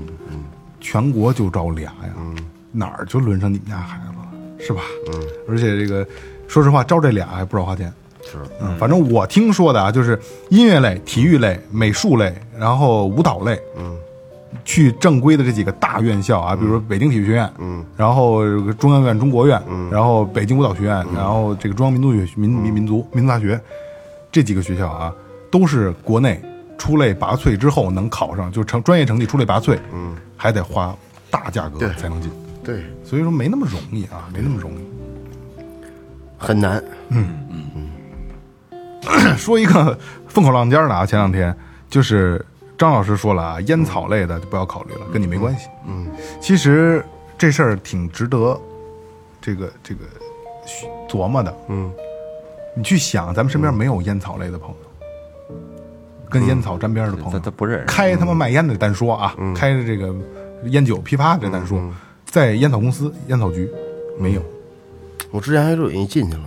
全国就招俩呀，哪儿就轮上你们家孩子了，是吧？嗯，而且这个说实话，招这俩还不少花钱。是，嗯，反正我听说的啊，就是音乐类、体育类、美术类，然后舞蹈类，嗯，去正规的这几个大院校啊，比如说北京体育学院，嗯，然后这个中央院、中国院，嗯，然后北京舞蹈学院，然后这个中央民族学民民民族民族大学，这几个学校啊，都是国内出类拔萃之后能考上，就成专业成绩出类拔萃，嗯，还得花大价格才能进，
对，
所以说没那么容易啊，没那么容易。
很难。
说一个风口浪尖儿的啊，前两天就是张老师说了啊，烟草类的就不要考虑了，跟你没关系。嗯，其实这事儿挺值得这个这个琢磨的。嗯，你去想，咱们身边没有烟草类的朋友，跟烟草沾边儿的朋
他
嗯
友，
他不认识，
开他妈卖烟的单说啊，开着这个烟酒批发的单说，在烟草公司、烟草局没有。
我之前还就已经进去了，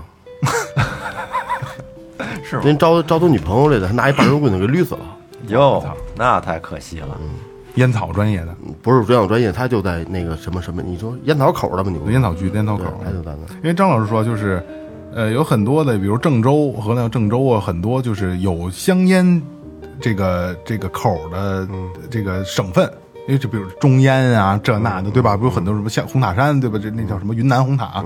是吗？
人招招他女朋友来的，还拿一棒球棍子给捋死了。
哟，那太可惜了。
嗯烟草专业的
不是专养专业，他就在那个什么什么，你说烟草口儿的吧？你不
烟草局、烟草口
对
儿，
他就在那儿。
因为张老师说，就是，呃，有很多的，比如郑州、河南郑州啊，很多就是有香烟这个这个口儿的、这个省份，因为就比如中烟啊，这那的，对吧？不是有很多什么像红塔山，对吧？这那叫什么云南红塔，啊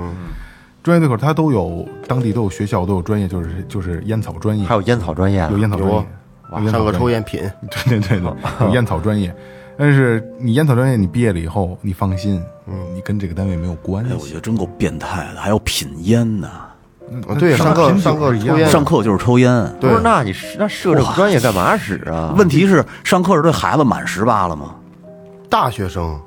专业对口儿它都有，当地都有学校，都有专业，就是就是烟草专业
还，有啊烟草专业呢，
有烟草专业，有烟草
上
专
课
业
抽烟品，
对对对对，有烟草专业。但是你烟草专业你毕业了以后，你放心，你跟这个单位没有关
哎，我
系
觉。得真够变态的，还要品烟呢。
啊对，上课上课抽烟，
上课就是抽烟，
不是？那你是那设这个专业干嘛使啊？
问题是上课时对孩子满十八了吗？
大学生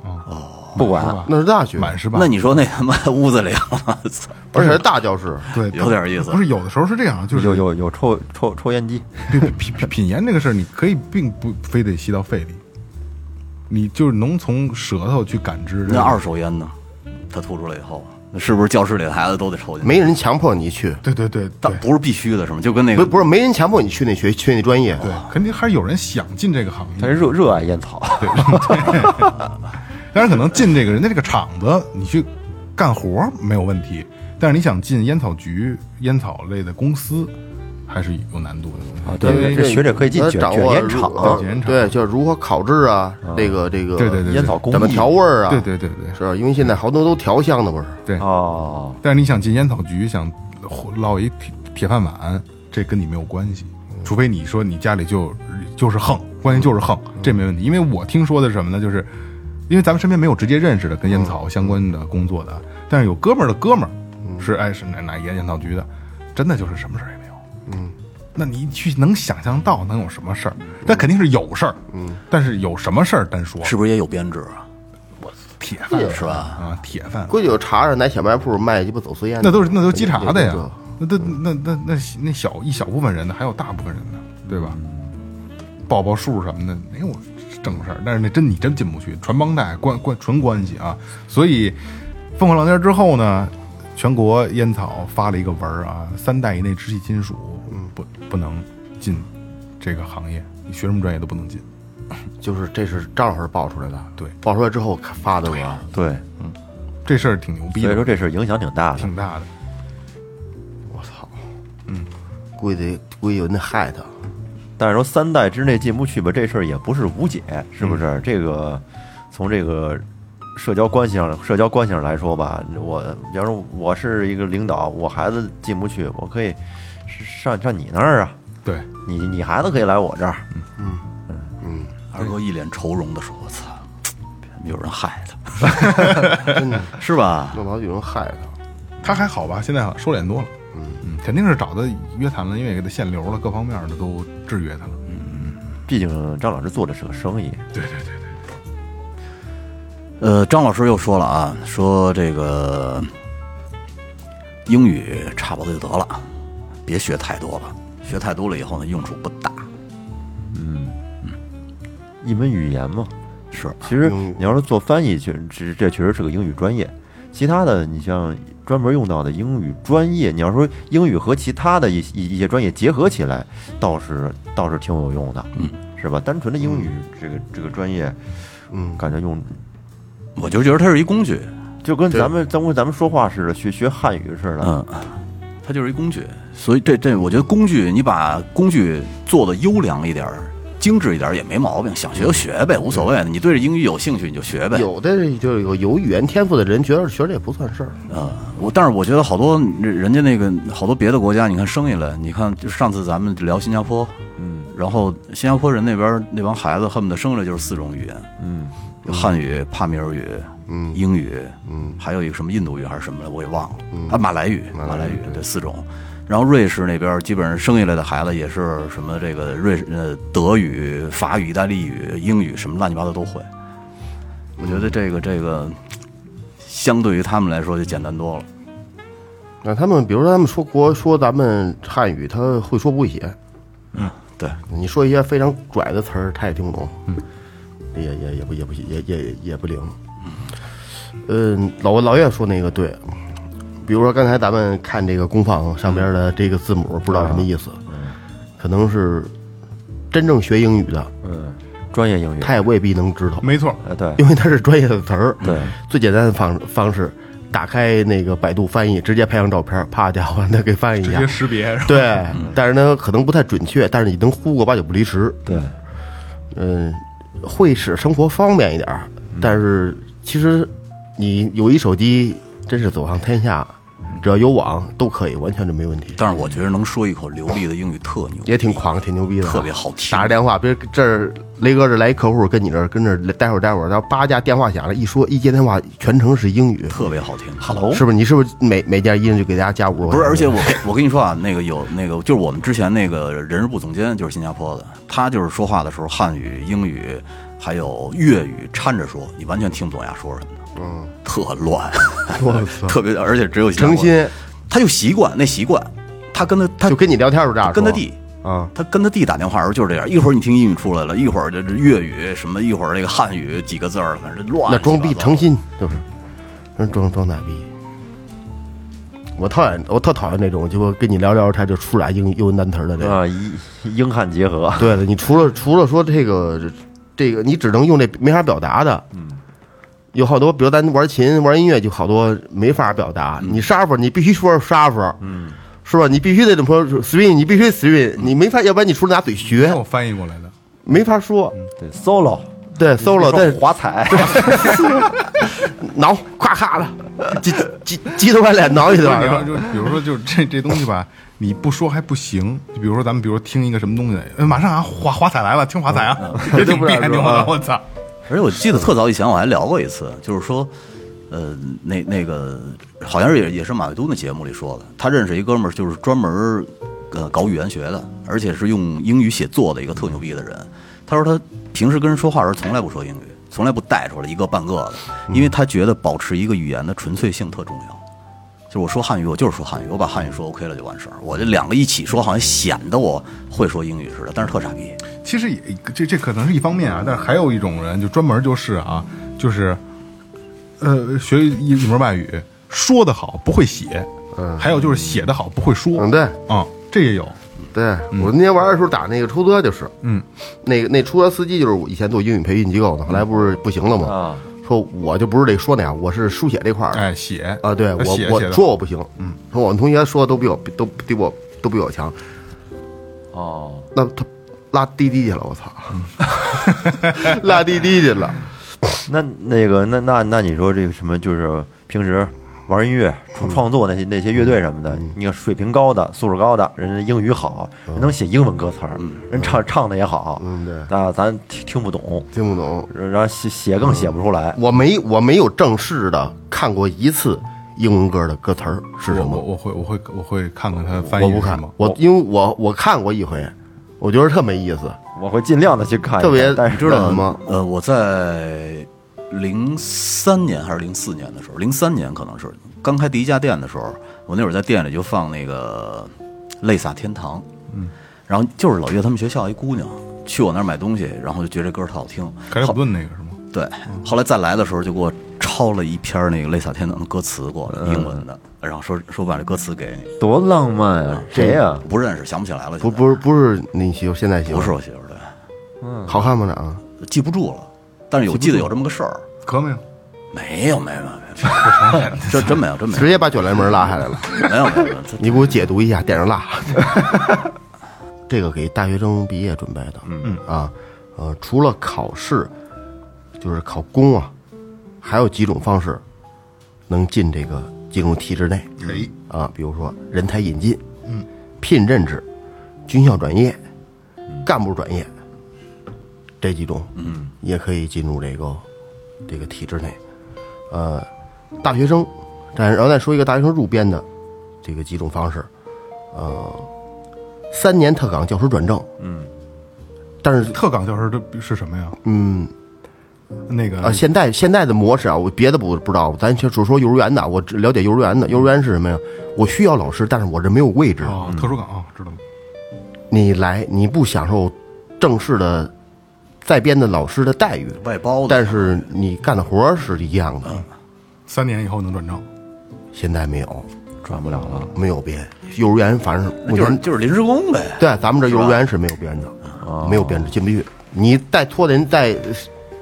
不管，
那是大学，
满是吧？
那你说那他妈 屋子里，啊我操
而且是大教室。
对，
有点意思
不。是有的时候是这样，啊就是
有有有抽抽抽烟机，
对品品品盐这个事儿，你可以并不非得吸到肺里，你就是能从舌头去感知这个。
那二手烟呢？他吐出来以后，那是不是教室里的孩子都得抽去？
没，人强迫你去，
对对对
但
对
不是必须的，是吗？就跟那
不
个
不是没人强迫你去那学去那专业，
对，肯定还是有人想进这个行
他
业，
是热热爱烟草，
但是可能进这个人家这个厂子，你去干活儿没有问题，但是你想进烟草局、烟草类的公司，还是有难度的。
啊，对，这学者可以进
他
卷
掌
卷
握
烟
如
厂，
呃
卷烟厂
对，就是如何烤制啊，这个这个
对对对
烟草工艺，
怎么调味儿啊？
对对对对
是吧因为现在好多都调香的，不是？
对，
哦，
但是你想进烟草局，想落一铁铁饭碗，这跟你没有关系，
嗯
除非你说你家里就就是横，关键就是横，
嗯
这没问题。因为我听说的是什么呢？就是因为咱们身边没有直接认识的
嗯
跟烟草相关的工作的，但是有哥们儿的哥们
嗯
儿是哎是哪哪烟烟草局的，真的就是什么事儿也没有。
嗯
那你去能想象到能有什么事儿？但肯定是有事儿，嗯，但是有什么事儿单说
是不是也有编制啊？
铁饭碗
是吧？
啊，铁饭碗。
规矩我查查，哪小卖铺卖鸡巴走私烟的？
那都是那都是稽查的呀
对对对，
那都那那那那小一小部分人呢，还有大部分人呢，对吧？报报数什么的没有正事儿，但是那真你真进不去，传帮带关关纯关系啊。所以凤凰浪尖之后呢，全国烟草发了一个文儿啊，三代以内直系亲属不不能进这个行业，你学什么专业都不能进。
就是这是张老师爆出来的，
对
爆出来之后看发的我，
对，
这事儿挺牛逼
所以
的，
说这事儿影响挺大的。
挺大的。
我操，嗯，估计得估计有人得害他，
但是说三代之内进不去吧，这事儿也不是无解，是不是？
嗯
这个从这个社交关系上，社交关系上来说吧，我比方说我是一个领导，我孩子进不去，我可以上上你那儿啊，
对，
你你孩子可以来我这儿，
二哥一脸愁容的说：“我操，别他妈有人害他， 是吧？
弄到有人害他，
他还好吧？现在收敛多了。嗯，肯定是找他约谈了，因为给他限流了，各方面的都制约他了。嗯
毕竟张老师做的是个生意，
对对对对，
呃，张老师又说了啊，说这个英语差不多就得了，别学太多了，学太多了以后呢，用处不大。
一门语言嘛。
是，
其实你要是做翻译，确这这确实是个英语专业。其他的，你像专门用到的英语专业，你要说英语和其他的一一一些专业结合起来，倒是倒是挺有用的，嗯，是吧？单纯的英语这个这个专业，
嗯，
感觉用
我就觉得它是一工具，
就跟咱们咱们咱们说话似的，学学汉语似的，
嗯，它就是一工具。所以这这，我觉得工具，你把工具做的优良一点儿。”精致一点儿也没毛病，想学就学呗，无所谓的。你对这英语有兴趣你就学呗。
有的人就有有语言天赋的人觉得学这也不算事儿，
呃，我但是我觉得好多人人家那个好多别的国家，你看生下来，你看就上次咱们聊新加坡，
嗯，
然后新加坡人那边那帮孩子恨不得生下来就是四种语言，
嗯，
有汉语、帕米尔语、嗯、英语，嗯，还有一个什么印度语还是什么的，我也忘了，啊，马来语，马来语，对，四种。然后瑞士那边基本上生下来的孩子也是什么这个瑞士呃德语、法语、意大利语、英语什么乱七八糟都会。我觉得这个这个相对于他们来说就简单多了。
那他们比如说他们说国说咱们汉语，他会说不会写，
对，
你说一些非常拽的词儿，他也听不懂，也也也不也不也也也不灵。嗯，老老岳说那个对，比如说刚才咱们看这个公放上边的这个字母，不知道什么意思，可能是真正学英语的，
嗯，专业英语，
他也未必能知道，
没错，
哎对，
因为他是专业的词儿。
对，
最简单的方方式，打开那个百度翻译，直接拍张照片，啪家伙让他给翻译一
直
下
接，识别。是吧
对，
嗯
但是呢可能不太准确，但是你能呼个八九不离十。
对，
嗯，会使生活方便一点儿，
嗯
但是其实你有一手机，真是走上天下，只要有网都可以，完全就没问题。
但是我觉得能说一口流利的英语特牛，
也挺狂，挺牛逼的啊，
特别好听
打着电话，别这儿雷哥这来一客户，跟你这儿跟这儿待会儿待会儿，然后叭家电话响了，一说一接电话全程是英语，
特别好听。
Hello，
是不是？你是不是每每家一人就给大家加五十块钱？
不是，而且我我跟你说啊，那个有那个就是我们之前那个人事部总监就是新加坡的，他就是说话的时候汉语、英语还有粤语掺着说，你完全听不懂人家说什么的，嗯，特乱，
我操
特别而且只有新加坡
诚，心
他就习惯那习惯，他跟他他
就跟你聊天儿就这样说，
跟他弟。
啊，
他跟他弟打电话的时候就是这样，一会儿你听英语出来了，一会儿这这粤语什么，一会儿这个汉语几个字儿，反正乱七八糟。
那装逼诚心就是，人装装傻逼。我讨厌，我特讨厌那种，就跟你聊聊，他就出俩英英文单词儿的这个。
啊，英英汉结合，
对了，你除了除了说这个这个，你只能用这没法表达的。嗯，有好多，比如咱玩琴、玩音乐，就好多没法表达。你沙发，你必须说沙发。嗯。是吧？你必须得怎么说？swing，你必须 swing，你没法，要不然你除了拿嘴
没
学
有，翻译过来的，
没法说。
对 solo
对，solo，
对
但
华彩，
挠，咔咔的，急急急头白脸挠一
你
顿。
要就比如说，就这这东西吧，你不说还不行。就比如说，咱们比如说听一个什么东西，哎马上啊，华华彩来了，听华彩啊，这挺别扭的，我操！
而且我记得特早以前我还聊过一次，就是说，呃，那那个好像是也也是马未都那节目里说的，他认识一哥们儿，就是专门儿呃搞语言学的，而且是用英语写作的一个特牛逼的人。他说他平时跟人说话的时候从来不说英语，从来不带出来一个半个的，因为他觉得保持一个语言的纯粹性特重要。就是我说汉语，我就是说汉语，我把汉语说 OK 了就完事儿。我这两个一起说，好像显得我会说英语似的，但是特傻逼。
其实也这这可能是一方面啊，但是还有一种人就专门就是啊，就是呃学一一门外语，说的好不会写，还有就是写的好不会说，
嗯嗯，对，
啊，这也有，
对我那天玩的时候打那个出租车就是，
嗯，
那个那出租车司机就是我以前做英语培训机构的，后来
嗯
不是不行了吗？
啊，
说我就不是这说那样，我是书写这块儿的
哎，写
啊，对我
写
我
写的
说我不行，嗯，说我们同学说都比我都比我都比我强，
哦，
那他拉滴滴去了，我操，
嗯
拉滴滴去了，
那那个那那那你说这个什么，就是平时玩音乐、
嗯
创创作那些那些乐队什么的，你看水平高的、素质高的，人家英语好，人能写英文歌词儿，人唱唱的也好，
嗯对
那咱听听不懂，
听不懂，
然后写写更写不出来。
我没我没有正式的看过一次英文歌的歌词儿是什
我我
么，
我会我会我会看看他翻译
我不
是什
看
么，
我因为我我看过一回，我觉得特没意思，
我会尽量的去看一看，
特别
哎但是
知道什么？
呃，我在零三年还是零四年的时候，零三年可能是刚开第一家店的时候，我那会儿在店里就放那个《泪洒天堂》，嗯，然后就是老岳他们学校一姑娘去我那儿买东西，然后就觉得这歌特好听，
凯尔普顿那个是吗？
对，后来再来的时候就给我抄了一篇那个《泪洒天堂》的歌词过来，英文的，然后说说把这歌词给你，
多浪漫啊！谁呀？
不认识，想不起来了，现
不
在
不是不是你媳妇现在媳妇
不是我媳妇儿，对，
好看吗？长
记不住了，但是有记得有这么个事儿，
可没有，
没有没有没有， 这真没有 真没有
直。接把卷帘门拉下来了，
没有没有，没有这
你给我解读一下，点上蜡。这个给大学生毕业准备的，嗯啊，呃，除了考试，就是考公啊，还有几种方式能进这个进入体制内。
哎，
啊，比如说人才引进，嗯，聘任制、军校转业、干部转业这几种，嗯，也可以进入这个这个体制内。呃，大学生，但然后再说一个大学生入编的这个几种方式，呃，三年特岗教师转正，嗯，但是
特岗教师这是什么呀？
嗯
那个
啊，现在现在的模式啊，我别的不不知道，咱就只说幼儿园的，我只了解幼儿园的。幼儿园是什么呀？我需要老师，但是我这没有位置，
哦，特殊岗啊，知道了。
你来，你不享受正式的在编的老师的待遇，
外包的，
但是你干的活儿是一样的。
三年以后能转正，
现在没有，
转不了了。
没有编，幼儿园反正
那
目
就是
前
就是临时工呗。
对咱们这幼儿园是没有编的，没有编制进不去。你再拖的人再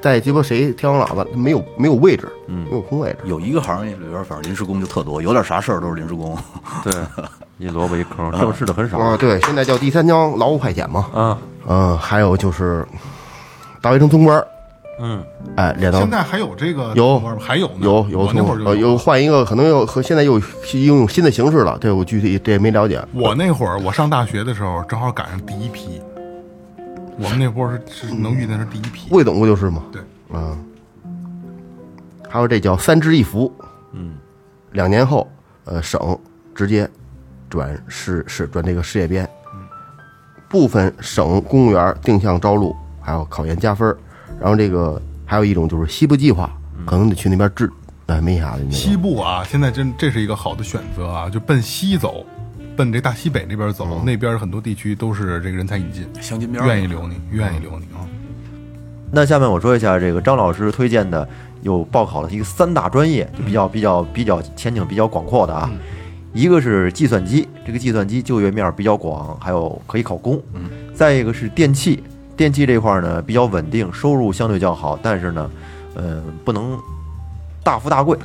再鸡巴谁天王老子没有没有位置，没有空位置。
有一个行业里边，反正临时工就特多，有点啥事儿都是临时 工。
对，一萝卜一坑，正式的很少
啊，对，现在叫第三江劳务派遣嘛。
啊。
嗯，还有就是大学生综班，
嗯，
哎，练到
现在还有这个
有
同伴吗还有呢
有有
我那会儿
从
就
呃有换一个，可能又和现在又又用新的形式了。这我具体这也没了解。
我那会儿我上大学的时候，正好赶上第一批，我们那波是是能遇见是第一批。
魏总不就是吗？
对，
啊，还有这叫三支一扶，嗯，两年后，呃，省直接转市市转这个事业编，
嗯
部分省公务员定向招录，还有考研加分儿然后这个还有一种就是西部计划，可能得去那边治，哎，没啥的那个
嗯西部啊，现在真这是一个好的选择啊，就奔西走，奔这大西北那边走，那边很多地区都是这个人才引进，
镶金边儿
愿意留你，愿意留你啊。
那下面我说一下这个张老师推荐的有报考的一个三大专业，就比较比较比较前景比较广阔的啊。一个是计算机，这个计算机就业面比较广，还有可以考公。再一个是电器，电器这块儿呢比较稳定，收入相对较好，但是呢，嗯，不能大富大贵。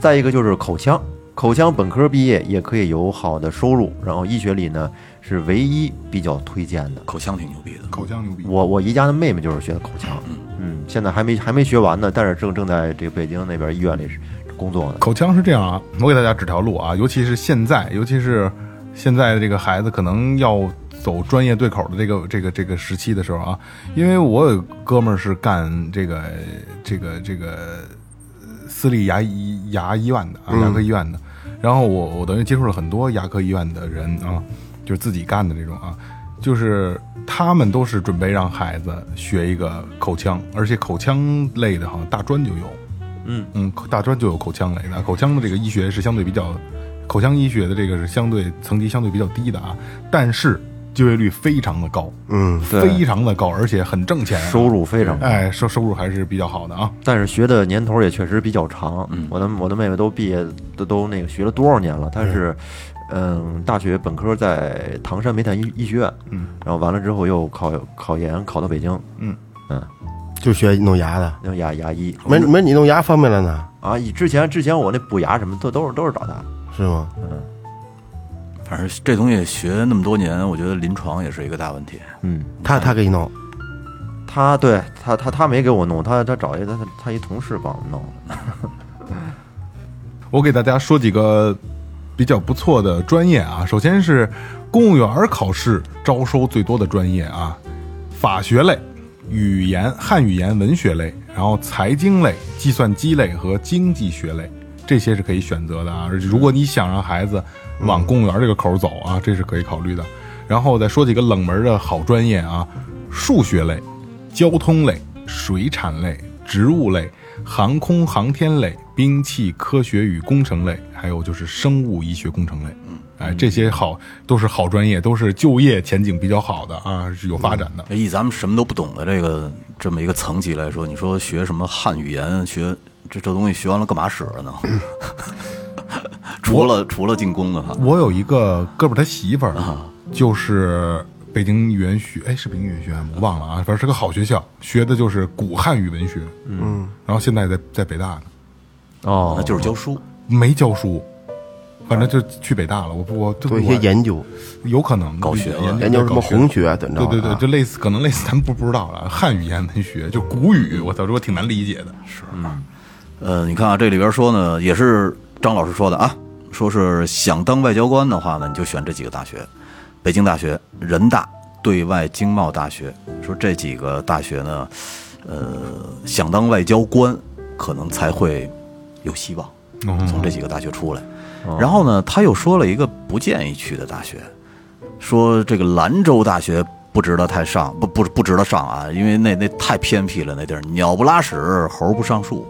再一个就是口腔，口腔本科毕业也可以有好的收入，然后医学里呢是唯一比较推荐的。
口腔挺牛逼的，
口腔牛逼，
我我姨家的妹妹就是学的口腔，嗯，现在还没还没学完呢，但是正正在这个北京那边医院里是工作呢。
口腔是这样啊，我给大家指条路啊，尤其是现在，尤其是现在的这个孩子可能要走专业对口的这个这个这个时期的时候啊，因为我有哥们儿是干这个这个这个私立牙医牙医院的啊，牙科医院的，然后我我等于接触了很多牙科医院的人啊，就是自己干的这种啊，就是他们都是准备让孩子学一个口腔，而且口腔类的好像大专就有。嗯，口大专就有口腔类的，口腔的这个医学是相对比较，口腔医学的这个是相对层级相对比较低的啊，但是就业率非常的高，
嗯，
对
非常的高，而且很挣钱、啊
收，入非常高。
哎，收收入还是比较好的啊。
但是学的年头也确实比较长。我的我的妹妹都毕业都都那个学了多少年了？她是，嗯，大学本科在唐山煤炭医医学院，嗯，然后完了之后又考考研考到北京，
嗯
嗯，
就学弄牙的，
那牙牙医
没没你弄牙方便了呢，
啊，以之前之前我那补牙什么都都是都是找她，
是吗？
反正这东西学那么多年，我觉得临床也是一个大问题。
嗯，
他他给你弄，
她对她她她没给我弄，她她找一个她她一同事帮我弄的，
我给大家说几个比较不错的专业啊。首先是公务员考试招收最多的专业啊，法学类、语言、汉语言文学类，然后财经类、计算机类和经济学类，这些是可以选择的啊。而且如果你想让孩子往公务员这个口儿走啊，这是可以考虑的。然后再说几个冷门的好专业啊，数学类、交通类、水产类、植物类、航空航天类、兵器科学与工程类，还有就是生物医学工程类。嗯，哎，这些好都是好专业，都是就业前景比较好的啊，是有发展的。
以咱们什么都不懂的这个这么一个层级来说，你说学什么汉语言，学这这东西学完了干嘛使了 呢？除了除了进宫的话，
我有一个哥们儿，他媳妇儿啊就是北京语言学，哎，是北京语言学院吗？我忘了啊，反正是个好学校，学的就是古汉语文学。嗯，然后现在在在北大呢，
哦
那就是教书。
没教书，反正就去北大了。我不，我对
做一
我嗯
些研究，
有可能
搞学问
研究什么
红
红学怎么
对
着？啊
对对，就，类似，可能类似，咱们不不知道了。汉语言文学就古语，我操，我挺难理解的。是，
呃，你看啊，这里边说呢，也是张老师说的啊，说是想当外交官的话呢，你就选这几个大学：北京大学、人大、对外经贸大学。说这几个大学呢，呃，想当外交官，可能才会有希望。从这几个大学出来。然后呢，他又说了一个不建议去的大学，说这个兰州大学不值得太上，不不不值得上啊，因为那那太偏僻了，那地儿鸟不拉屎，猴不上树，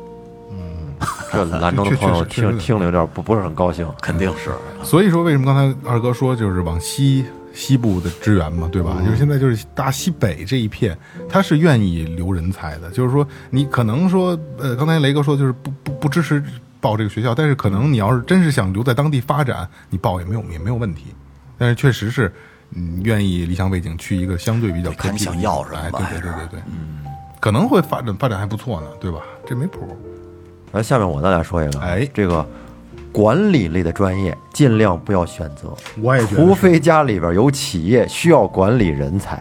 这兰州的朋友
确实确实
听听了有点不不是很高兴。
肯定是。
所以说为什么刚才二哥说就是往西西部的支援嘛，对吧？就是现在就是大西北这一片，他是愿意留人才的。就是说，你可能说，呃，刚才雷哥说就是不不不支持报这个学校，但是可能你要是真是想留在当地发展，你报也没有也没有问题。但是确实是，嗯，愿意离乡背景去一个相对比较
看
偏
你
僻的
想
地方
要什么
哎，
吧
对对对对对，嗯，可能会发展发展还不错呢，对吧？这没谱。
来，下面我再来说一个，啊
哎
这个管理类的专业尽量不要选择，
我也觉得
除非家里边有企业需要管理人才。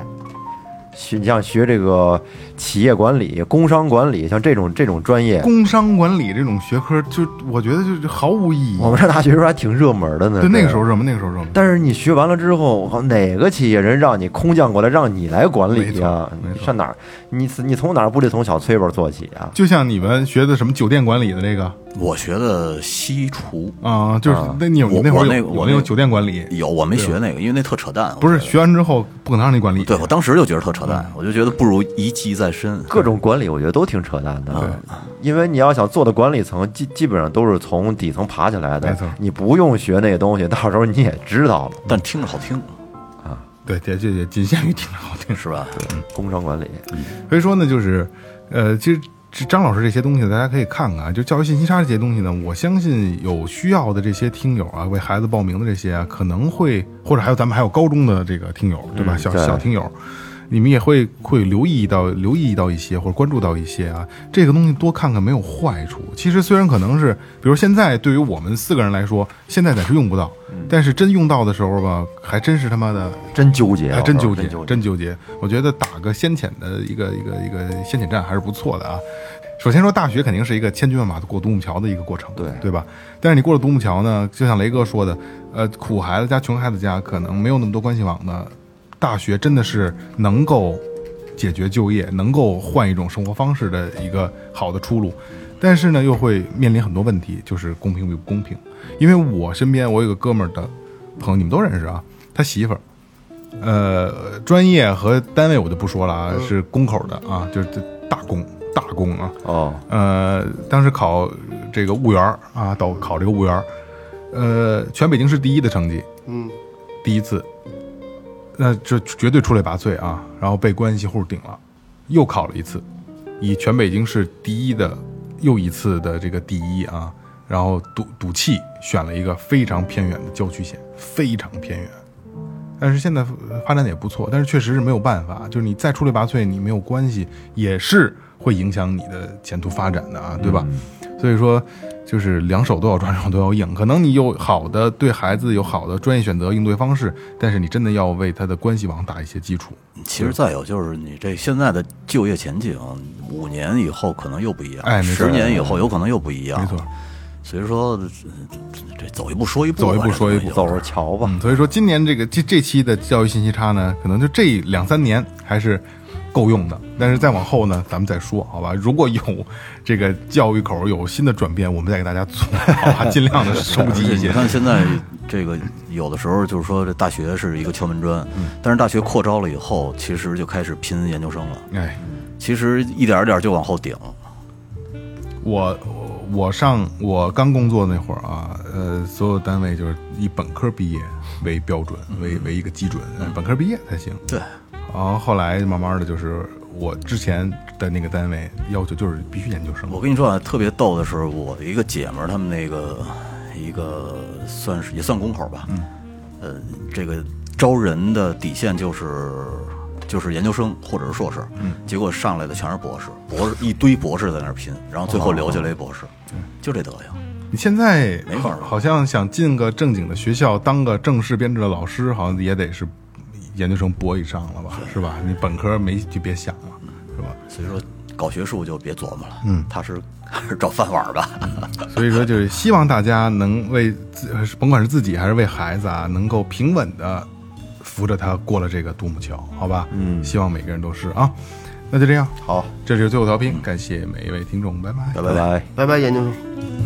学你像学这个企业管理、工商管理，像这种这种专业，
工商管理这种学科，就我觉得就是毫无意义。啊
我们上大学时候还挺热门的呢。
对，那个时候热门，那个时候热门。
但是你学完了之后，我靠，哪个企业人让你空降过来，让你来管
没
理
错
啊？
没
你
错
上哪儿？你你从哪儿不得从小崔本做起啊？
就像你们学的什么酒店管理的这个
我学的西厨
啊、就是
啊
那你有
我
那会儿
我
有
那个
有
我那
那种
个
酒店管理，
有，我没学那个，因为那特扯淡。我
不是嗯
觉得
学完之后不可能让你管理。
对我当时就觉得特扯淡，我就觉得不如一技在身。
各种管理，我觉得都挺扯淡的，
嗯
因为你要想做的管理层，基基本上都是从底层爬起来
没
的
错，
你不用学那东西，到时候你也知道了。
但听着好听，
对对对对，仅限于听着好听。
是吧？
工商管理，
所以说呢，就是，呃，其实这张老师这些东西大家可以看看啊，就教育信息差这些东西呢，我相信有需要的这些听友啊，为孩子报名的这些啊，可能会或者还有咱们还有高中的这个听友，对吧？
嗯
小
对
小听友。你们也会会留意到留意到一些或者关注到一些啊，这个东西多看看没有坏处。其实虽然可能是，比如现在对于我们四个人来说，现在暂时用不到，
嗯
但是真用到的时候吧，还真是他妈的
哦真纠结，
还哎真
我
纠
说
结，
纠结。
真纠结。我觉得打个先遣的一个一个一个先遣战还是不错的啊。首先说，大学肯定是一个千军万马过独木桥的一个过程，
对
对吧？但是你过了独木桥呢，就像雷哥说的，呃，苦孩子家、穷孩子家可能没有那么多关系网的，大学真的是能够解决就业，能够换一种生活方式的一个好的出路。但是呢，又会面临很多问题，就是公平与不公平。因为我身边我有个哥们儿的朋友，你们都认识啊，他媳妇儿，呃，专业和单位我就不说了啊，是工口的啊，就是大工大工啊，
哦，
呃，当时考这个务员儿啊，到考这个务员儿，呃，全北京市第一的成绩，嗯，第一次，那这绝对出类拔萃啊！然后被关系户顶了，又考了一次，以全北京市第一的又一次的这个第一啊！然后赌赌气选了一个非常偏远的郊区县，非常偏远。但是现在呃发展的也不错，但是确实是没有办法，就是你再出类拔萃，你没有关系，也是会影响你的前途发展的啊，对吧？所以说，就是两手都要抓，两手都要硬。可能你有好的对孩子有好的专业选择、应对方式，但是你真的要为他的关系网打一些基础。
其实再有就是你这现在的就业前景，五年以后可能又不一样，
哎没错
十年以后有可能又不一样，
没错。
所以说，呃这走一步说一步吧，
走一步说一步
这东西
走着瞧吧。
嗯，所以说今年这个这这期的教育信息差呢，可能就这两三年还是够用的，但是再往后呢，咱们再说，好吧？如果有这个教育口有新的转变，我们再给大家做，好 吧？尽量的收集
而且
一些
你。看现在这个有的时候就是说，这大学是一个敲门砖，
嗯
但是大学扩招了以后，其实就开始拼研究生了，
哎，
其实一点儿一点儿就往后顶。
我我上我刚工作那会儿啊，呃，所有单位就是以本科毕业为标准，为为一个基准，呃本科毕业才行。
对，
然后后来慢慢的就是我之前的那个单位要求就是必须研究生。
我跟你说啊，特别逗的是，我的一个姐们儿，他们那个一个算是也算工口吧，嗯，呃，这个招人的底线就是就是研究生或者是硕士，嗯，结果上来的全是博士，博士一堆博士在那儿拼，然后最后留下来一博士，就这德行。
你现在
没法
好
儿
好像想进个正经的学校，当个正式编制的老师，好像也得是研究生博以上了吧，是吧？你本科没就别想了，是吧？
所以说，搞学术就别琢磨了，嗯，他是 还是找饭碗儿的。
所以说，就是希望大家能为自，呃甭管是自己还是为孩子啊，能够平稳的扶着他过了这个独木桥，好吧？嗯，希望每个人都是啊。那就这样，
好，
这就是最后调频，感谢每一位听众，拜拜。
拜拜。
拜拜，研究生。
拜拜。